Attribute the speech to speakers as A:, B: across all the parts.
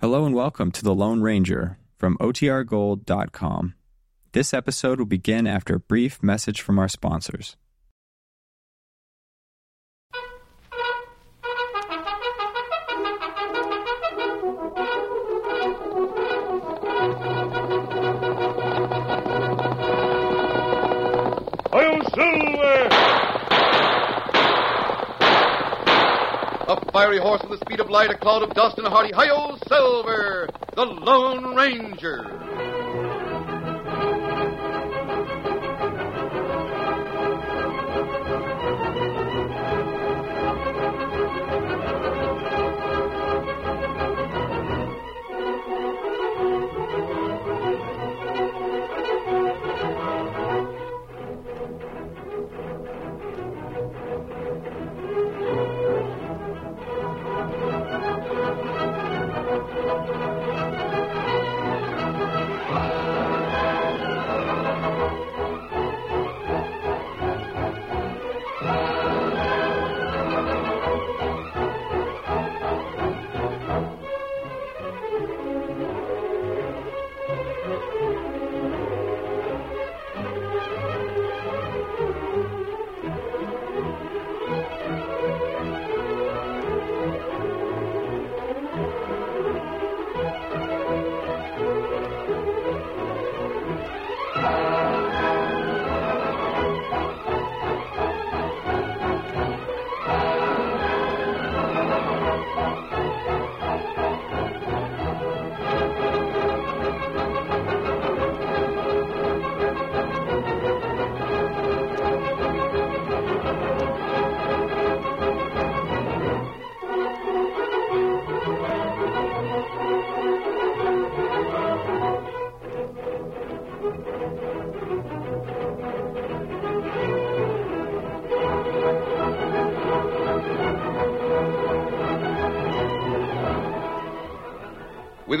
A: Hello and welcome to The Lone Ranger from OTRGold.com. This episode will begin after a brief message from our sponsors.
B: I'll Silver!
C: A fiery horse with the speed of light, a cloud of dust, and a hearty hi-yo, Silver, the Lone Ranger. With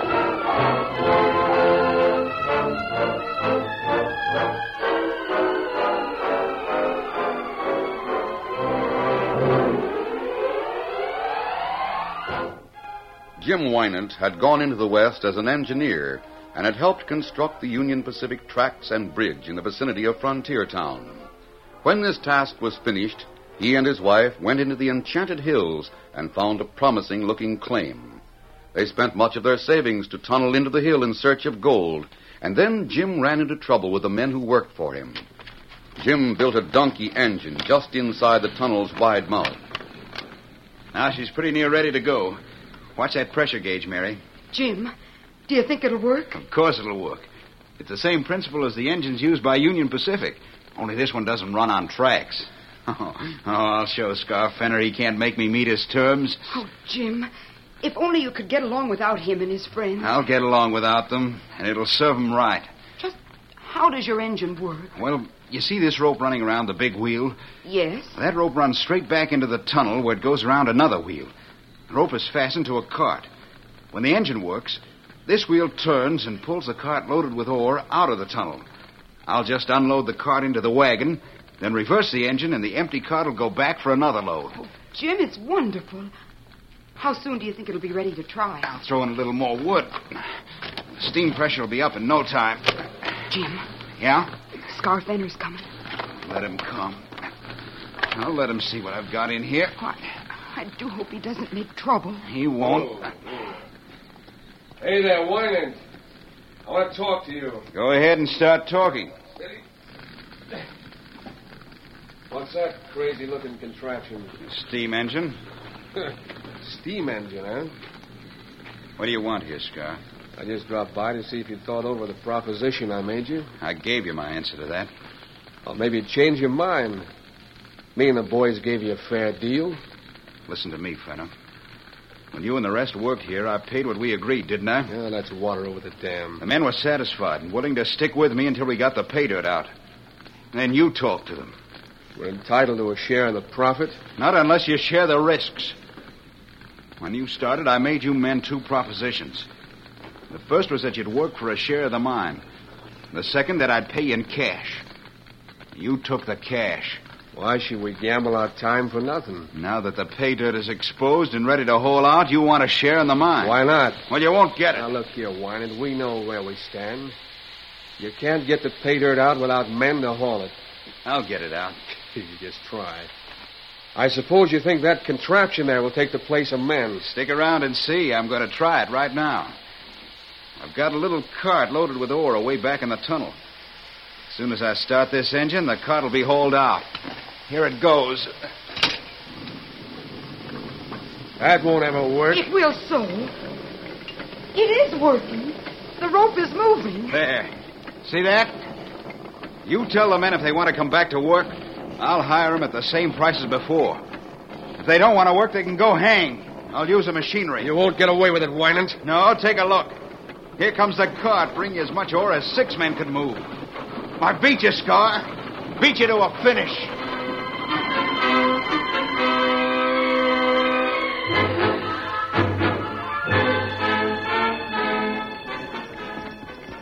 C: Jim Wynant had gone into the West as an engineer and had helped construct the Union Pacific tracks and bridge in the vicinity of Frontier Town. When this task was finished, he and his wife went into the Enchanted Hills and found a promising looking claim. They spent much of their savings to tunnel into the hill in search of gold, and then Jim ran into trouble with the men who worked for him. Jim built a donkey engine just inside the tunnel's wide mouth.
D: Now she's pretty near ready to go. Watch that pressure gauge, Mary.
E: Jim, do you think it'll work?
D: Of course it'll work. It's the same principle as the engines used by Union Pacific, only this one doesn't run on tracks. Oh, I'll show Scar Fenner he can't make me meet his terms.
E: Oh, Jim, if only you could get along without him and his friends.
D: I'll get along without them, and it'll serve 'em right.
E: Just how does your engine work?
D: Well, you see this rope running around the big wheel?
E: Yes.
D: That rope runs straight back into the tunnel where it goes around another wheel. The rope is fastened to a cart. When the engine works, this wheel turns and pulls the cart loaded with ore out of the tunnel. I'll just unload the cart into the wagon, then reverse the engine, and the empty cart will go back for another load.
E: Jim, it's wonderful. How soon do you think it'll be ready to try?
D: I'll throw in a little more wood. The steam pressure will be up in no time.
E: Jim,
D: Yeah?
E: Scarf Ender's coming.
D: Let him come. I'll let him see what I've got in here.
E: I, I do hope he doesn't make trouble.
D: He won't.
F: Hey there, Winans. I want to talk to you.
D: Go ahead and start talking.
F: Steady. What's that crazy looking contraption?
D: Steam engine.
F: Steam engine, eh?
D: What do you want here, Scar?
F: I just dropped by to see if you'd thought over the proposition I made you.
D: I gave you my answer to that.
F: Or maybe you'd change your mind. Me and the boys gave you a fair deal.
D: Listen to me, Fenner.
C: When you and the rest worked here, I paid what we agreed, didn't I?
F: Yeah, that's water over the dam.
C: The men were satisfied and willing to stick with me until we got the pay dirt out. Then you talked to them.
F: We're entitled to a share in the profit.
C: Not unless you share the risks. When you started, I made you men two propositions. The first was that you'd work for a share of the mine. The second, that I'd pay you in cash. You took the cash.
F: Why should we gamble our time for nothing?
C: Now that the pay dirt is exposed and ready to haul out, you want a share in the mine.
F: Why not?
C: Well, you won't get it.
F: Now look here, Winant. We know where we stand. You can't get the pay dirt out without men to haul it.
C: I'll get it out.
F: You just try. I suppose you think that contraption there will take the place of men.
C: Stick around and see. I'm going to try it right now. I've got a little cart loaded with ore away back in the tunnel. As soon as I start this engine, the cart will be hauled out. Here it goes.
F: That won't ever work.
E: It will so. It is working. The rope is moving.
C: There. See that? You tell the men if they want to come back to work, I'll hire them at the same price as before. If they don't want to work, they can go hang. I'll use the machinery.
F: You won't get away with it, Winant.
C: No, take a look. Here comes the cart, bringing as much ore as six men could move. I beat you, Scar. Beat you to a finish.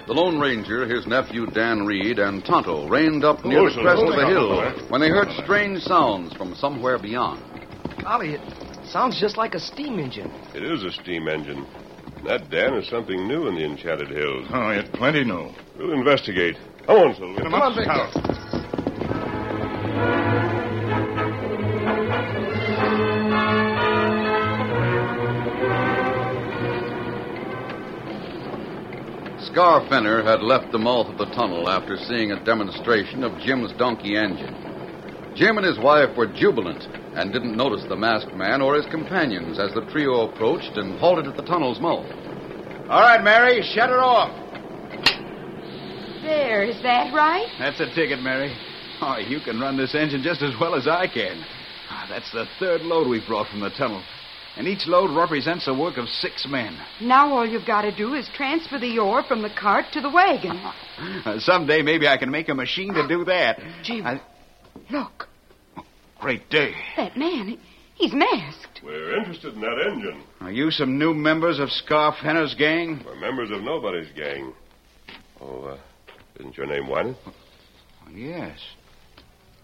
G: The Lone Ranger, his nephew Dan Reed, and Tonto reined up
F: Oh,
G: near the crest of the hill when they heard strange sounds from somewhere beyond.
H: Ollie, it sounds just like a steam engine.
B: It is a steam engine. That, Dan, is something new in the Enchanted Hills.
I: Oh, it's plenty new.
B: We'll investigate. Come on, Silver.
I: Come on,
G: Scar Fenner had left the mouth of the tunnel after seeing a demonstration of Jim's donkey engine. Jim and his wife were jubilant and didn't notice the masked man or his companions as the trio approached and halted at the tunnel's mouth.
C: All right, Mary, shut her off.
E: There, is that right?
C: That's a ticket, Mary. Oh, you can run this engine just as well as I can. Ah, That's the third load we brought from the tunnel. And each load represents the work of six men.
E: Now all you've got to do is transfer the ore from the cart to the wagon.
C: Uh, someday maybe I can make a machine to do that.
E: Jim.
C: I-
E: Look,
C: great day.
E: that man, he- he's masked.
B: We're interested in that engine.
C: Are you some new members of Scar Fenner's gang?
B: We're members of nobody's gang. Oh, uh, isn't your name Winant?
C: Yes.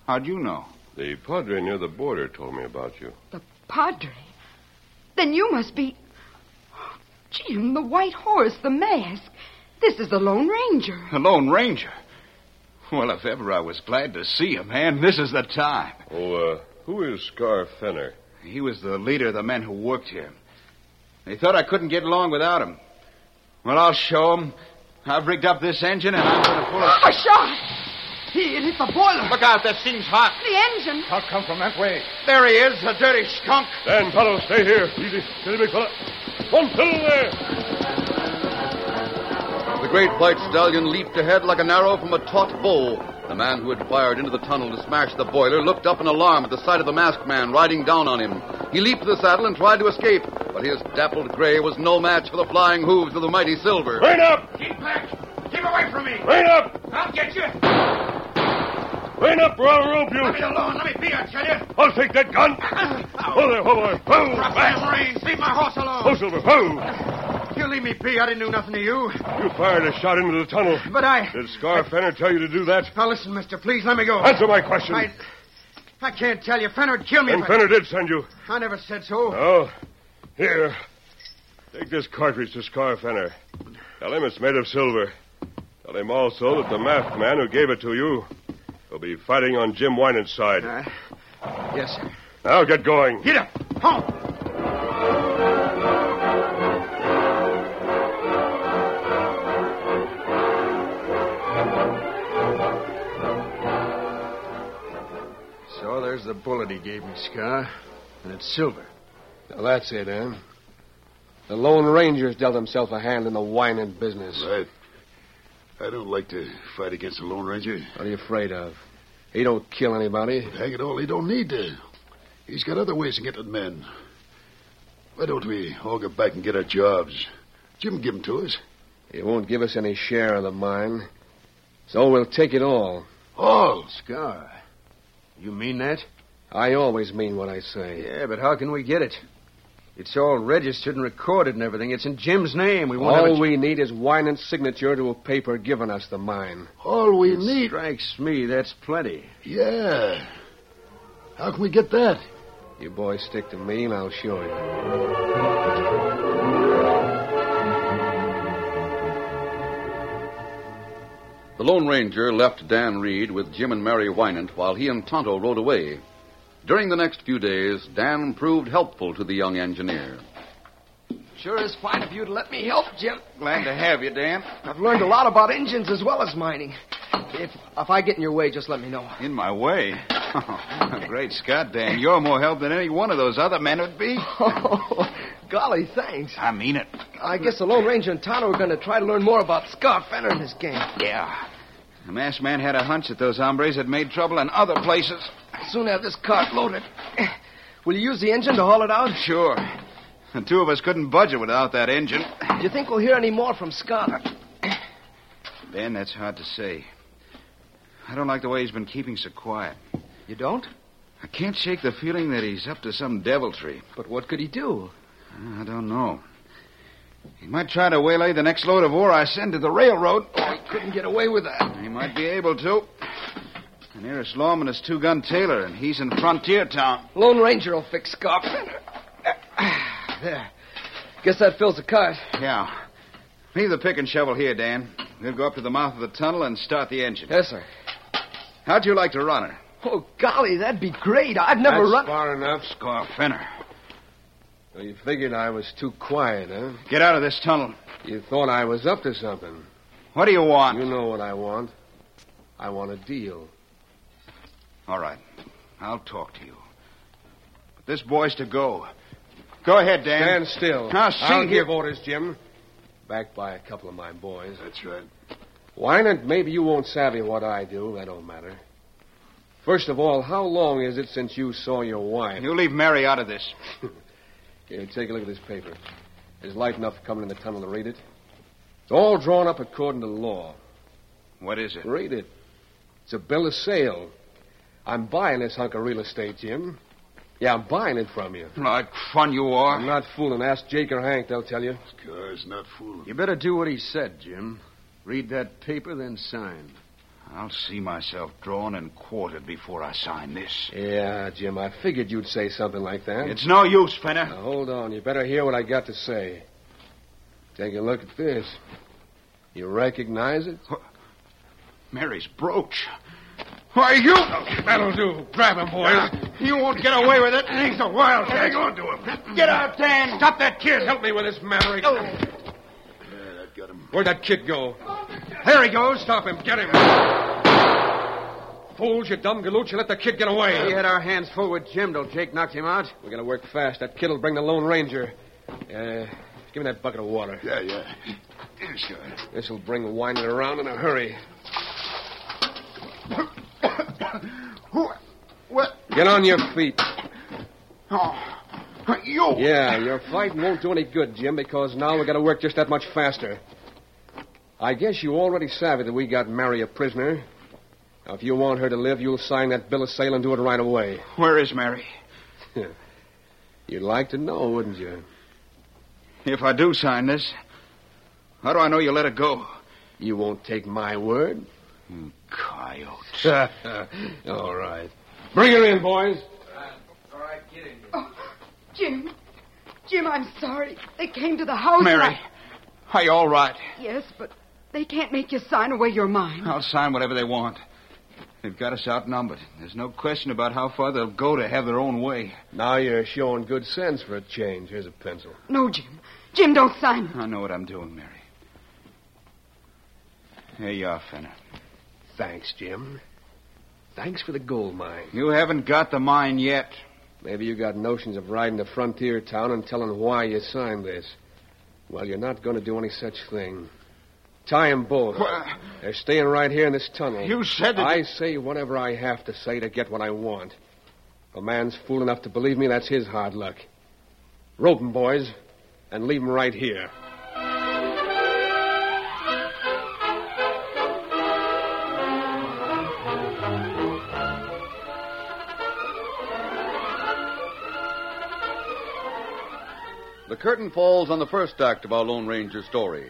C: How'd you know?
B: The padre near the border told me about you.
E: The padre. Then you must be. Jim, the white horse, the mask. This is the Lone Ranger.
C: The Lone Ranger. Well, if ever I was glad to see a man, this is the time.
B: Oh, uh, who is Scar Fenner?
C: He was the leader of the men who worked here. They thought I couldn't get along without him. Well, I'll show 'em. I've rigged up this engine and I'm going to pull
E: A
C: it.
E: shot! He it hit the boiler.
C: Look out, that thing's hot.
E: The engine.
I: I'll come from that way.
C: There he is, the dirty skunk.
B: Dan, fellow, stay here. Easy, steady, big fella. One fellow there.
G: The great white stallion leaped ahead like an arrow from a taut bow. The man who had fired into the tunnel to smash the boiler looked up in alarm at the sight of the masked man riding down on him. He leaped to the saddle and tried to escape, but his dappled gray was no match for the flying hooves of the mighty Silver.
B: Rein up!
C: Keep back. Keep away from me.
B: Rein up!
C: I'll get you.
B: Rein up or I'll rope you!
C: alone. Let me be, I tell you.
B: I'll take that gun! Oh, there, hold on. Ho! Back!
C: Marines. Leave my horse alone.
B: Ho, Silver, ho!
C: You leave me be. I didn't do nothing to you.
B: You fired a shot into the tunnel.
C: But I.
B: Did Scar Fenner tell you to do that?
C: Now listen, mister. Please let me go.
B: Answer my question.
C: I. I can't tell you. Fenner would kill me
B: Then
C: if
B: Fenner did send you.
C: I, I never said so.
B: Oh, here. Take this cartridge to Scar Fenner. Tell him it's made of silver. Tell him also that the masked man who gave it to you will be fighting on Jim Winant's side.
C: Uh, yes, sir.
B: Now get going.
C: Get up. Home.
H: So there's the bullet he gave me, Scar. And it's silver.
F: Now that's it, huh? The Lone Ranger's dealt himself a hand in the whining business.
I: Right. I don't like to fight against the Lone Ranger.
F: What are you afraid of? He don't kill anybody.
I: Hang it all, he don't need to. He's got other ways of getting at men. Why don't we all get back and get our jobs? Jim give 'em to us.
F: He won't give us any share of the mine. So we'll take it all.
I: All.
H: Scar, you mean that?
F: I always mean what I say.
H: Yeah, but how can we get it? It's all registered and recorded and everything. It's in Jim's name. We won't
F: All
H: have a...
F: we need is Winant's signature to a paper giving us the mine.
I: All we
H: It
I: need.
H: Strikes me that's plenty.
I: Yeah. How can we get that?
F: You boys stick to me, and I'll show you.
G: The Lone Ranger left Dan Reed with Jim and Mary Wynant while he and Tonto rode away. During the next few days, Dan proved helpful to the young engineer.
J: Sure is fine of you to let me help, Jim.
C: Glad to have you, Dan.
J: I've learned a lot about engines as well as mining. If if I get in your way, just let me know.
C: In my way. Great Scott, Dan. You're more help than any one of those other men would be.
J: Oh, golly, thanks.
C: I mean it.
J: I guess the Lone Ranger and Tonto are going to try to learn more about Scott Fenner and his gang.
C: Yeah. The masked man had a hunch that those hombres had made trouble in other places.
J: Soon have this cart loaded. Will you use the engine to haul it out?
C: Sure. The two of us couldn't budge it without that engine.
J: Do you think we'll hear any more from Scott?
C: Ben, that's hard to say. I don't like the way he's been keeping so quiet.
J: You don't?
C: I can't shake the feeling that he's up to some deviltry.
J: But what could he do?
C: I don't know. He might try to waylay the next load of ore I send to the railroad.
J: I couldn't get away with that.
C: He might be able to. The nearest lawman is Two Gun Taylor, and he's in Frontier Town.
J: Lone Ranger will fix Scott Fenner. There. Guess that fills the cart.
C: Yeah. Leave the pick and shovel here, Dan. We'll go up to the mouth of the tunnel and start the engine.
J: Yes, sir.
C: How'd you like to run her?
J: Oh, golly, that'd be great. I've never
F: That's
J: run.
F: far enough.
C: Score Fenner.
F: So you figured I was too quiet, huh?
C: Get out of this tunnel.
F: You thought I was up to something.
C: What do you want?
F: You know what I want. I want a deal.
C: All right. I'll talk to you. But this boy's to go. Go ahead, Dan.
F: Stand still.
C: Now, see
F: I'll
C: here-
F: give orders, Jim. Backed by a couple of my boys.
I: That's right.
F: Wynant, maybe you won't savvy what I do. That don't matter. First of all, how long is it since you saw your wife?
C: You leave Mary out of this.
F: Here, take a look at this paper. There's light enough coming in the tunnel to read it. It's all drawn up according to law.
C: What is it?
F: Read it. It's a bill of sale. I'm buying this hunk of real estate, Jim. Yeah, I'm buying it from you.
C: Like fun you are.
F: I'm not fooling. Ask Jake or Hank, they'll tell you.
I: Scar's not fooling.
H: You better do what he said, Jim. Read that paper, then sign.
C: I'll see myself drawn and quartered before I sign this.
F: Yeah, Jim, I figured you'd say something like that.
C: It's no use, Fenner.
F: Now, hold on. You better hear what I got to say. Take a look at this. You recognize it?
C: Mary's brooch. Why, you... That'll do. Grab him, boys. you won't get away with it. He's a wild Hang on to him. Get out, Dan. Stop that kid. Help me with this, Maverick.
I: Yeah, that got him.
F: Where'd that kid go? There he goes. Stop him. Get him. Fools, you dumb galooch. You let the kid get away.
H: We had our hands full with Jim till Jake knocked him out.
F: We're going to work fast. That kid'll bring the Lone Ranger. Uh, give me that bucket of water.
I: Yeah, yeah. Here, Scar.
F: This'll bring winding around in a hurry.
C: Who... What?
F: Get on your feet.
C: Oh. You...
F: Yeah, your fighting won't do any good, Jim, because now we're going to work just that much faster. I guess you already savvy that we got Mary a prisoner. Now, if you want her to live, you'll sign that bill of sale and do it right away.
C: Where is Mary?
F: You'd like to know, wouldn't you?
C: If I do sign this, how do I know you let her go?
F: You won't take my word.
C: Coyote.
F: All right. Bring her in, boys.
E: Jim. Jim, I'm sorry. They came to the house. and
C: Mary,
E: I-
C: are you all right?
E: Yes, but they can't make you sign away your
D: Oh.
E: mind.
C: I'll sign whatever they want. They've got us outnumbered. There's no question about how far they'll go to have their own way.
F: Now you're showing good sense for a change. Here's a pencil.
E: No, Jim. Jim, don't sign it.
C: I know what I'm doing, Mary. Here you are, Fenner.
F: Thanks, Jim. Thanks for the gold mine.
C: You haven't got the mine yet.
F: Maybe you got notions of riding to frontier town and telling why you signed this. Well, you're not going to do any such thing. Tie 'em both.
C: Wha-
F: They're staying right here in this tunnel.
C: You said that.
F: I say whatever I have to say to get what I want. If a man's fool enough to believe me, that's his hard luck. Rope 'em, boys, and leave 'em right here.
C: The curtain falls on the first act of our Lone Ranger story.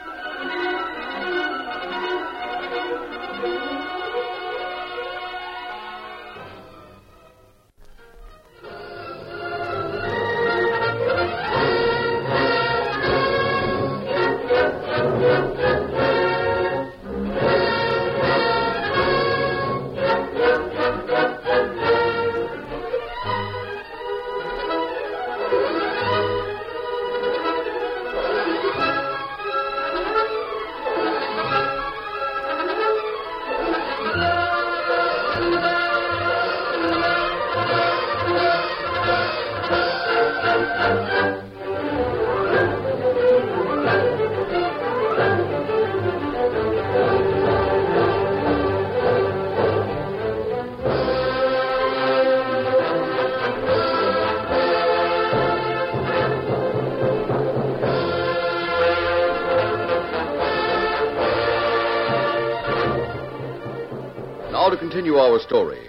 C: Now to continue our story.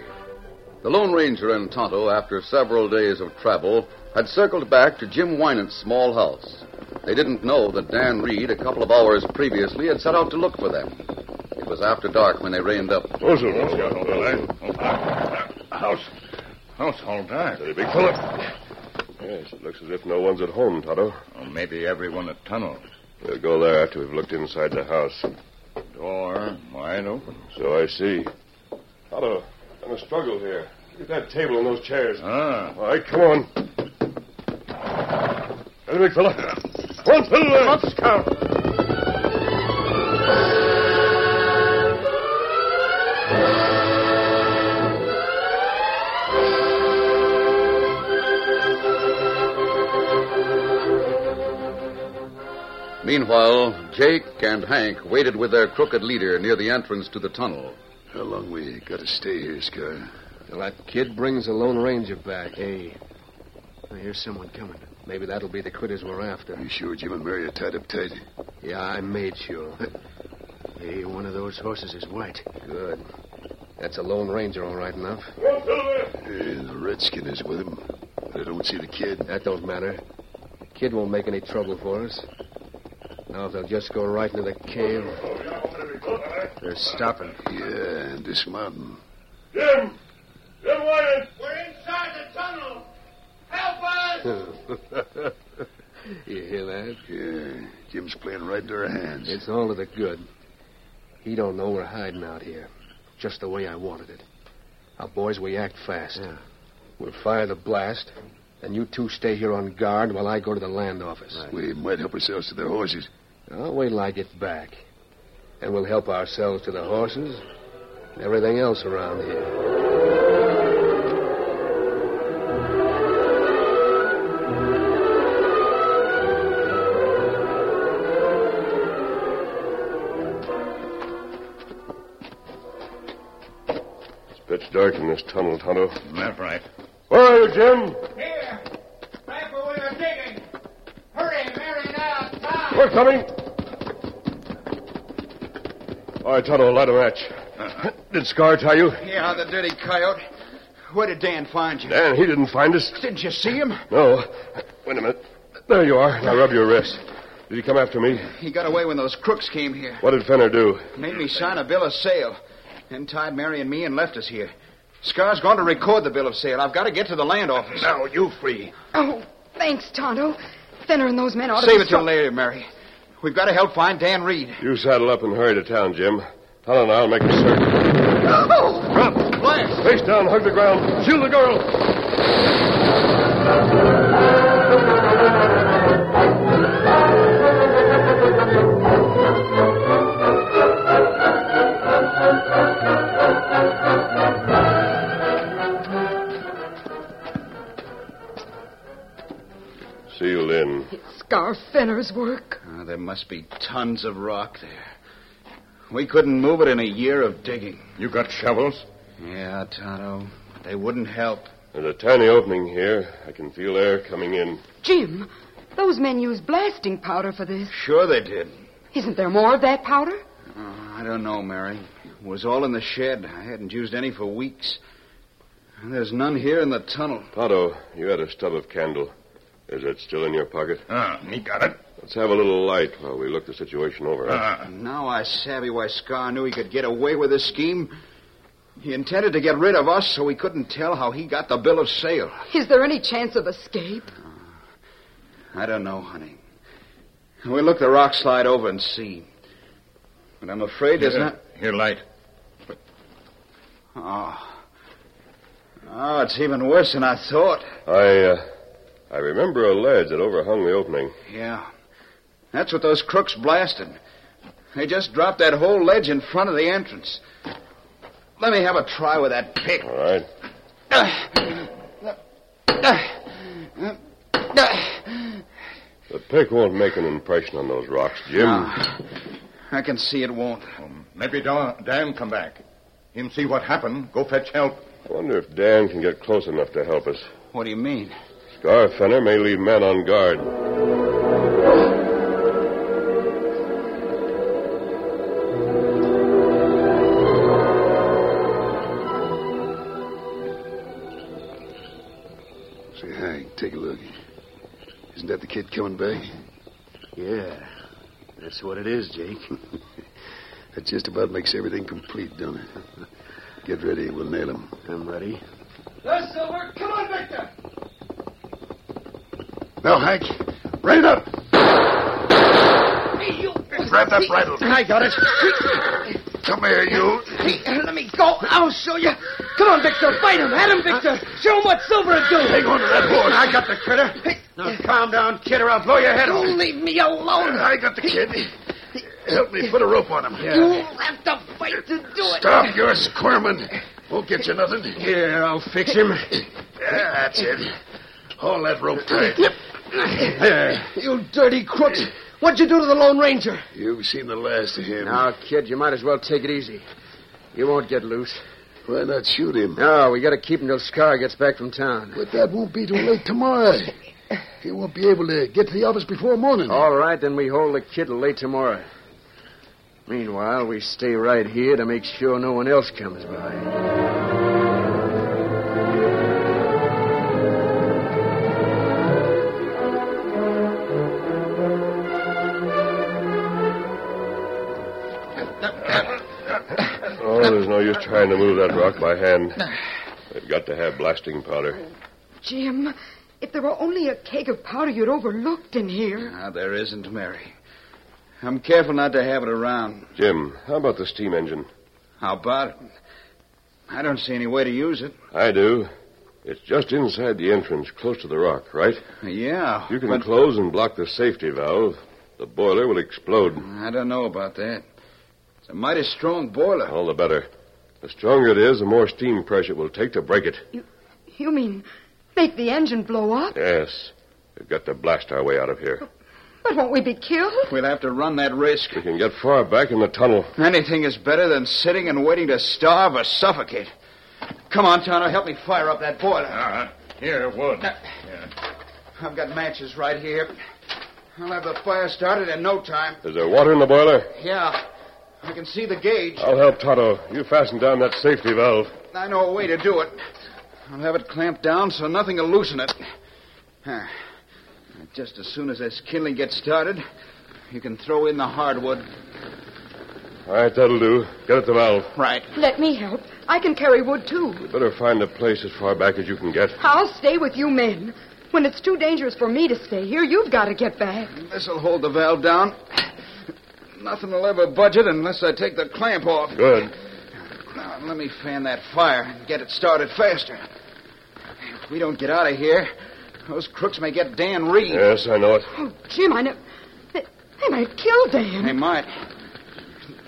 C: The Lone Ranger and Tonto, after several days of travel, had circled back to Jim Wynant's small house. They didn't know that Dan Reed, a couple of hours previously, had set out to look for them. It was after dark when they reined up.
B: Those are those guys, Billy.
K: House. House all dark.
B: Hey, Big Philip. Yes, it looks as if no one's at home, Tonto.
K: Well, maybe everyone at tunnel.
B: We'll go there after we've looked inside the house.
K: Door wide open.
B: So I see. Tonto, I'm a struggle here. Look at that table and those chairs.
K: Ah.
B: All right, come on. Hey, big fella. One, two, Let's count.
C: Meanwhile, Jake and Hank waited with their crooked leader near the entrance to the tunnel.
L: How long we gotta stay here, Scar?
F: Till that kid brings the Lone Ranger back. Hey, I hear someone coming. Maybe that'll be the critters we're after.
L: You sure Jim and Mary are tied up tight?
F: Yeah, I made sure. hey, one of those horses is white. Good. That's a Lone Ranger, all right enough.
L: Yeah, the redskin is with him. But I don't see the kid.
F: That don't matter. The kid won't make any trouble for us. Now, if they'll just go right into the cave. They're stopping.
L: Yeah, and dismounting.
B: Jim! Jim Wynant!
F: You hear that?
L: Yeah, Jim's playing right into our hands.
F: It's all to the good. He don't know we're hiding out here. Just the way I wanted it. Now, boys, we act fast. We'll fire the blast, and you two stay here on guard while I go to the land office.
L: We might help ourselves to their horses.
F: I'll wait till I get back. And we'll help ourselves to the horses and everything else around here.
B: It's pitch dark in this tunnel, Tonto.
K: That's right.
B: Where are you, Jim?
M: Here, back where we were digging. Hurry, Mary, now, time.
B: We're coming. All right, Tonto, light a match.
K: Uh-huh.
B: Did Scar tie you?
D: Yeah, the dirty coyote. Where did Dan find you?
B: Dan, he didn't find us.
D: Didn't you see him?
B: No. Wait a minute. There you are. Now rub your wrist. Did he come after me?
D: He got away when those crooks came here.
B: What did Fenner do?
D: Made me sign a bill of sale. Then tied Mary and me and left us here. Scar's going to record the bill of sale. I've got to get to the land office.
L: Now, you free.
E: Oh, thanks, Tonto. Fenner and those men ought to
D: Save
E: be
D: it till
E: stro-
D: later, Mary. We've got to help find Dan Reed.
B: You saddle up and hurry to town, Jim. Tonto and I'll make a circuit.
D: Oh!
B: Drop.
D: Blast!
B: Face down, hug the ground. Shield the girl. Sealed in.
E: Scar Fenner's work.
D: Ah, there must be tons of rock there. We couldn't move it in a year of digging.
K: You got shovels?
D: Yeah, Tonto.
C: They wouldn't help.
B: There's a tiny opening here. I can feel air coming in.
E: Jim, those men used blasting powder for this.
C: Sure they did.
E: Isn't there more of that powder?
C: Oh, I don't know, Mary. It was all in the shed. I hadn't used any for weeks. There's none here in the tunnel.
B: Toto, you had a stub of candle. Is it still in your pocket?
D: Ah, me got it. Ah.
B: Let's have a little light while we look the situation over. huh?
C: Now I savvy why Scar knew he could get away with this scheme. He intended to get rid of us so he couldn't tell how he got the bill of sale.
E: Is there any chance of escape?
C: I don't know, honey. We'll look the rock slide over and see. But I'm afraid there's
D: Here,
C: not.
D: Here, light.
C: Oh. Oh, it's even worse than I thought.
B: I, uh, I remember a ledge that overhung the opening.
C: Yeah. That's what those crooks blasted. They just dropped that whole ledge in front of the entrance. Let me have a try with that pick.
B: All right. The pick won't make an impression on those rocks, Jim.
C: I can see it won't.
D: Maybe Dan, Dan come back. Him see what happened. Go fetch help.
B: I wonder if Dan can get close enough to help us.
C: What do you mean?
B: Scarfenner may leave men on guard.
I: Say, Hank, take a look. Isn't that the kid coming back?
N: Yeah, that's what it is, Jake.
I: That just about makes everything complete, don't it? Get ready, we'll nail him.
N: I'm ready.
O: There's Silver. Come on, Victor.
I: Now, Hank, rein it up.
O: Hey, you.
I: Grab that bridle.
J: I got it.
I: Come here, you.
J: Hey, let me go. I'll show you. Come on, Victor. Fight him. At him, Victor. Show him what Silver would do.
I: Hang on to that horse.
J: I got the critter. Now calm down, kid, or I'll blow your head off. You leave me alone.
I: I got the kid. Help me put a rope on him.
J: You'll have to fight to do it.
I: Stop your squirming. Won't get you nothing.
J: Here, I'll fix him.
I: Yeah, that's it. Haul that rope tight.
J: There. You dirty crooks. What'd you do to the Lone Ranger?
I: You've seen the last of him.
H: Now, kid, you might as well take it easy. You won't get loose.
I: Why not shoot him?
H: No, we gotta keep him till Scar gets back from town.
I: But that won't be till late tomorrow. He won't be able to get to the office before morning.
C: Oh,
H: All right, then we hold the kid till late tomorrow. Meanwhile, we stay right here to make sure no one else comes by.
B: Oh, there's no use trying to move that rock by hand. They've got to have blasting powder.
E: Jim, if there were only a keg of powder you'd overlooked in here.
C: Now, there isn't, Mary. I'm careful not to have it around.
B: Jim, how about the steam engine?
C: How about it? I don't see any way to use it.
B: I do. It's just inside the entrance, close to the rock, right?
C: Yeah.
B: You can
C: but
B: close and block the safety valve. The boiler will explode.
C: I don't know about that. It's a mighty strong boiler.
B: All the better. The stronger it is, the more steam pressure it will take to break it.
E: You mean make the engine blow up?
B: Yes. We've got to blast our way out of here.
E: But won't we be killed?
C: We'll have to run that risk.
B: We can get far back in the tunnel.
C: Anything is better than sitting and waiting to starve or suffocate. Come on, Tonto, help me fire up that boiler.
D: Ah, here, wood.
C: I've got matches right here. I'll have the fire started in no time.
B: Is there water in the boiler?
C: Yeah, I can see the gauge.
B: I'll help Toto. You fasten down that safety valve.
C: I know a way to do it. I'll have it clamped down so nothing will loosen it. Huh. Just as soon as this kindling gets started, you can throw in the hardwood.
B: All right, that'll do. Get at the valve.
C: Right.
E: Let me help. I can carry wood, too.
B: You better find a place as far back as you can get.
E: I'll stay with you men. When it's too dangerous for me to stay here, you've got to get back.
C: This'll hold the valve down. Nothing will ever budge it unless I take the clamp off.
B: Good.
C: Now, let me fan that fire and get it started faster. If we don't get out of here, those crooks may get Dan Reed.
B: Yes, I know it.
E: Oh, Jim, I know. They, they might kill Dan.
C: They might.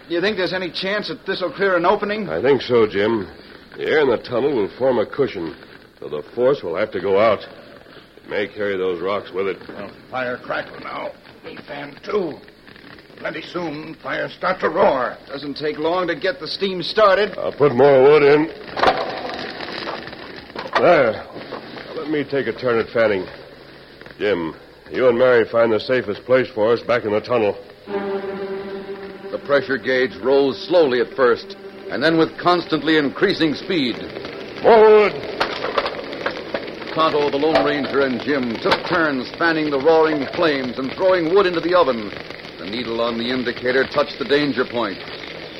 C: Do you think there's any chance that this'll clear an opening?
B: I think so, Jim. The air in the tunnel will form a cushion, so the force will have to go out. It may carry those rocks with it.
D: Well, fire crackle now. Me fan too. Plenty soon, fire start to roar.
C: Doesn't take long to get the steam started.
B: I'll put more wood in. there. Now, let me take a turn at Fanning. Jim, you and Mary find the safest place for us back in the tunnel.
C: The pressure gauge rose slowly at first, and then with constantly increasing speed.
B: Forward!
C: Tonto, the Lone Ranger, and Jim took turns fanning the roaring flames and throwing wood into the oven. The needle on the indicator touched the danger point.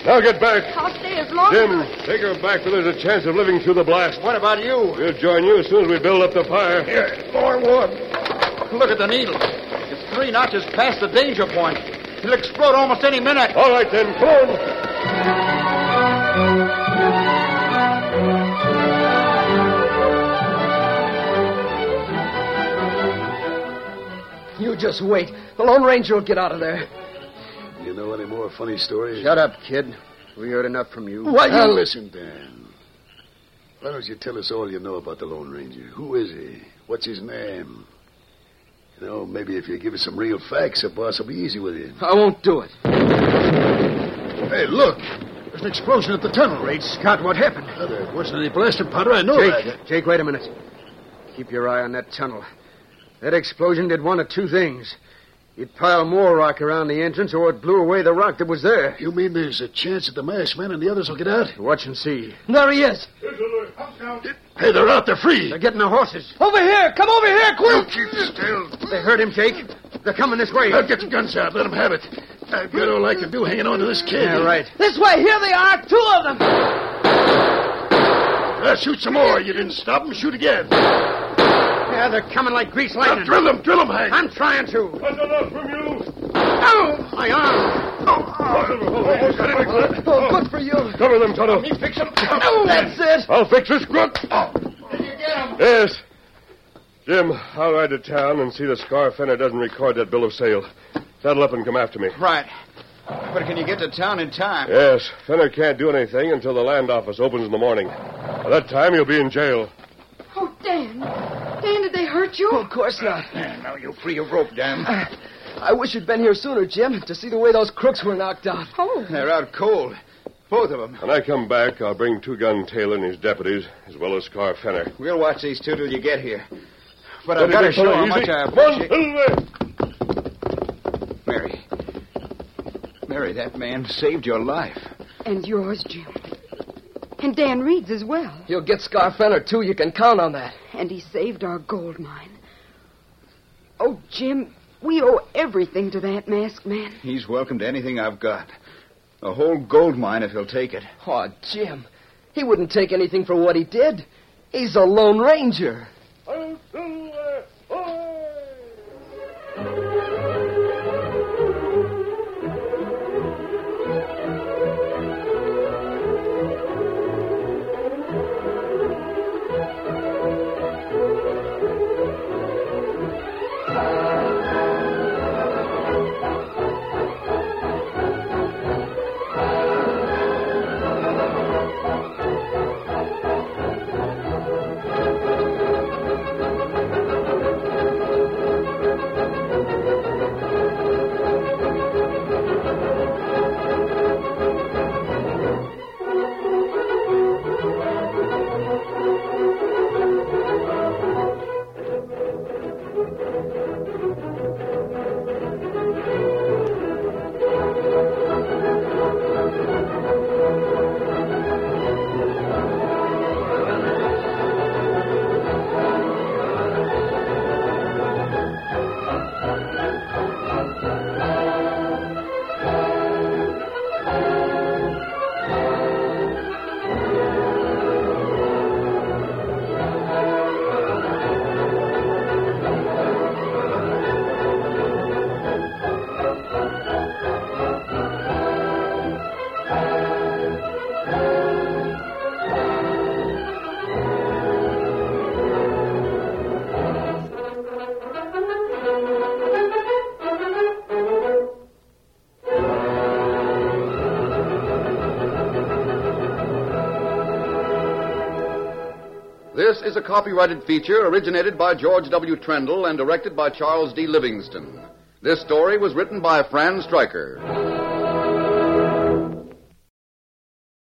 B: Now get back.
E: I'll stay as long
B: Jim,
E: as
B: take her back where there's a chance of living through the blast.
P: What about you?
B: We'll join you as soon as we build up the fire.
P: Here, more wood.
Q: Look at the needle. It's three notches past the danger point. It'll explode almost any minute.
B: All right, then, come on.
Q: You just wait. The Lone Ranger will get out of there.
R: You know any more funny stories?
F: Shut up, kid. We heard enough from you.
Q: Why, you-
R: Now, listen, Dan. Why don't you tell us all you know about the Lone Ranger? Who is he? What's his name? You know, maybe if you give us some real facts, the boss will be easy with you.
Q: I won't do it.
R: Hey, look! There's an explosion at the tunnel.
F: Great Scott, what happened?
R: Now, there wasn't any blasting powder. I know
F: Jake,
R: that.
F: Jake, wait a minute. Keep your eye on that tunnel. That explosion did one of two things. It piled more rock around the entrance, or it blew away the rock that was there.
R: You mean there's a chance that the masked man and the others will get out?
F: Watch and see.
Q: There he is.
R: Hey, they're out. They're free.
F: They're getting the horses.
Q: Over here. Come over here, quick.
R: keep still.
F: They heard him, Jake. They're coming this way.
R: Now get your guns out. Let them have it. I've got all I can do hanging on to this kid.
F: Yeah, right.
Q: This way. Here they are. Two of them.
R: Now Uh, shoot some more. You didn't stop them. Shoot again.
F: Yeah, they're coming like grease
R: Now
F: lightning.
R: drill them. Drill them, Hank.
F: I'm trying to.
B: That's enough from you.
F: Ow! My arm.
Q: Oh, good for you.
B: Cover them, Toto.
Q: Fix him. Oh. That's it.
B: I'll fix this crook.
P: You get him.
B: Yes. Jim, I'll ride to town and see the Scar Fenner doesn't record that bill of sale. Saddle up and come after me.
S: Right. But can you get to town in time?
B: Yes, Fenner can't do anything until the land office opens in the morning. By that time, you'll be in jail.
E: Oh, Dan. Dan, did they hurt you?
Q: Of course not.
P: There, Now you're free of rope, Dan.
Q: I wish you'd been here sooner, Jim, to see the way those crooks were knocked out.
E: Oh,
S: They're out cold. Both of them.
B: When I come back, I'll bring Two Gun Taylor and his deputies, as well as Scar Fenner.
S: We'll watch these two till you get here. But I've got to show how much I
B: Come on,
S: appreciate...
B: settle there.
S: Mary. Mary, that man saved your life.
E: and yours, Jim. And Dan Reed's as well.
Q: You'll get Scarfenner, too. You can count on that.
E: And he saved our gold mine. Oh, Jim, we owe everything to that masked man.
S: He's welcome to anything I've got. A whole gold mine if he'll take it.
Q: Oh, Jim, he wouldn't take anything for what he did. He's a Lone Ranger.
B: I'll settle there. Hooray!
C: This is a copyrighted feature originated by George W. Trendle and directed by Charles D. Livingston. This story was written by Fran Stryker.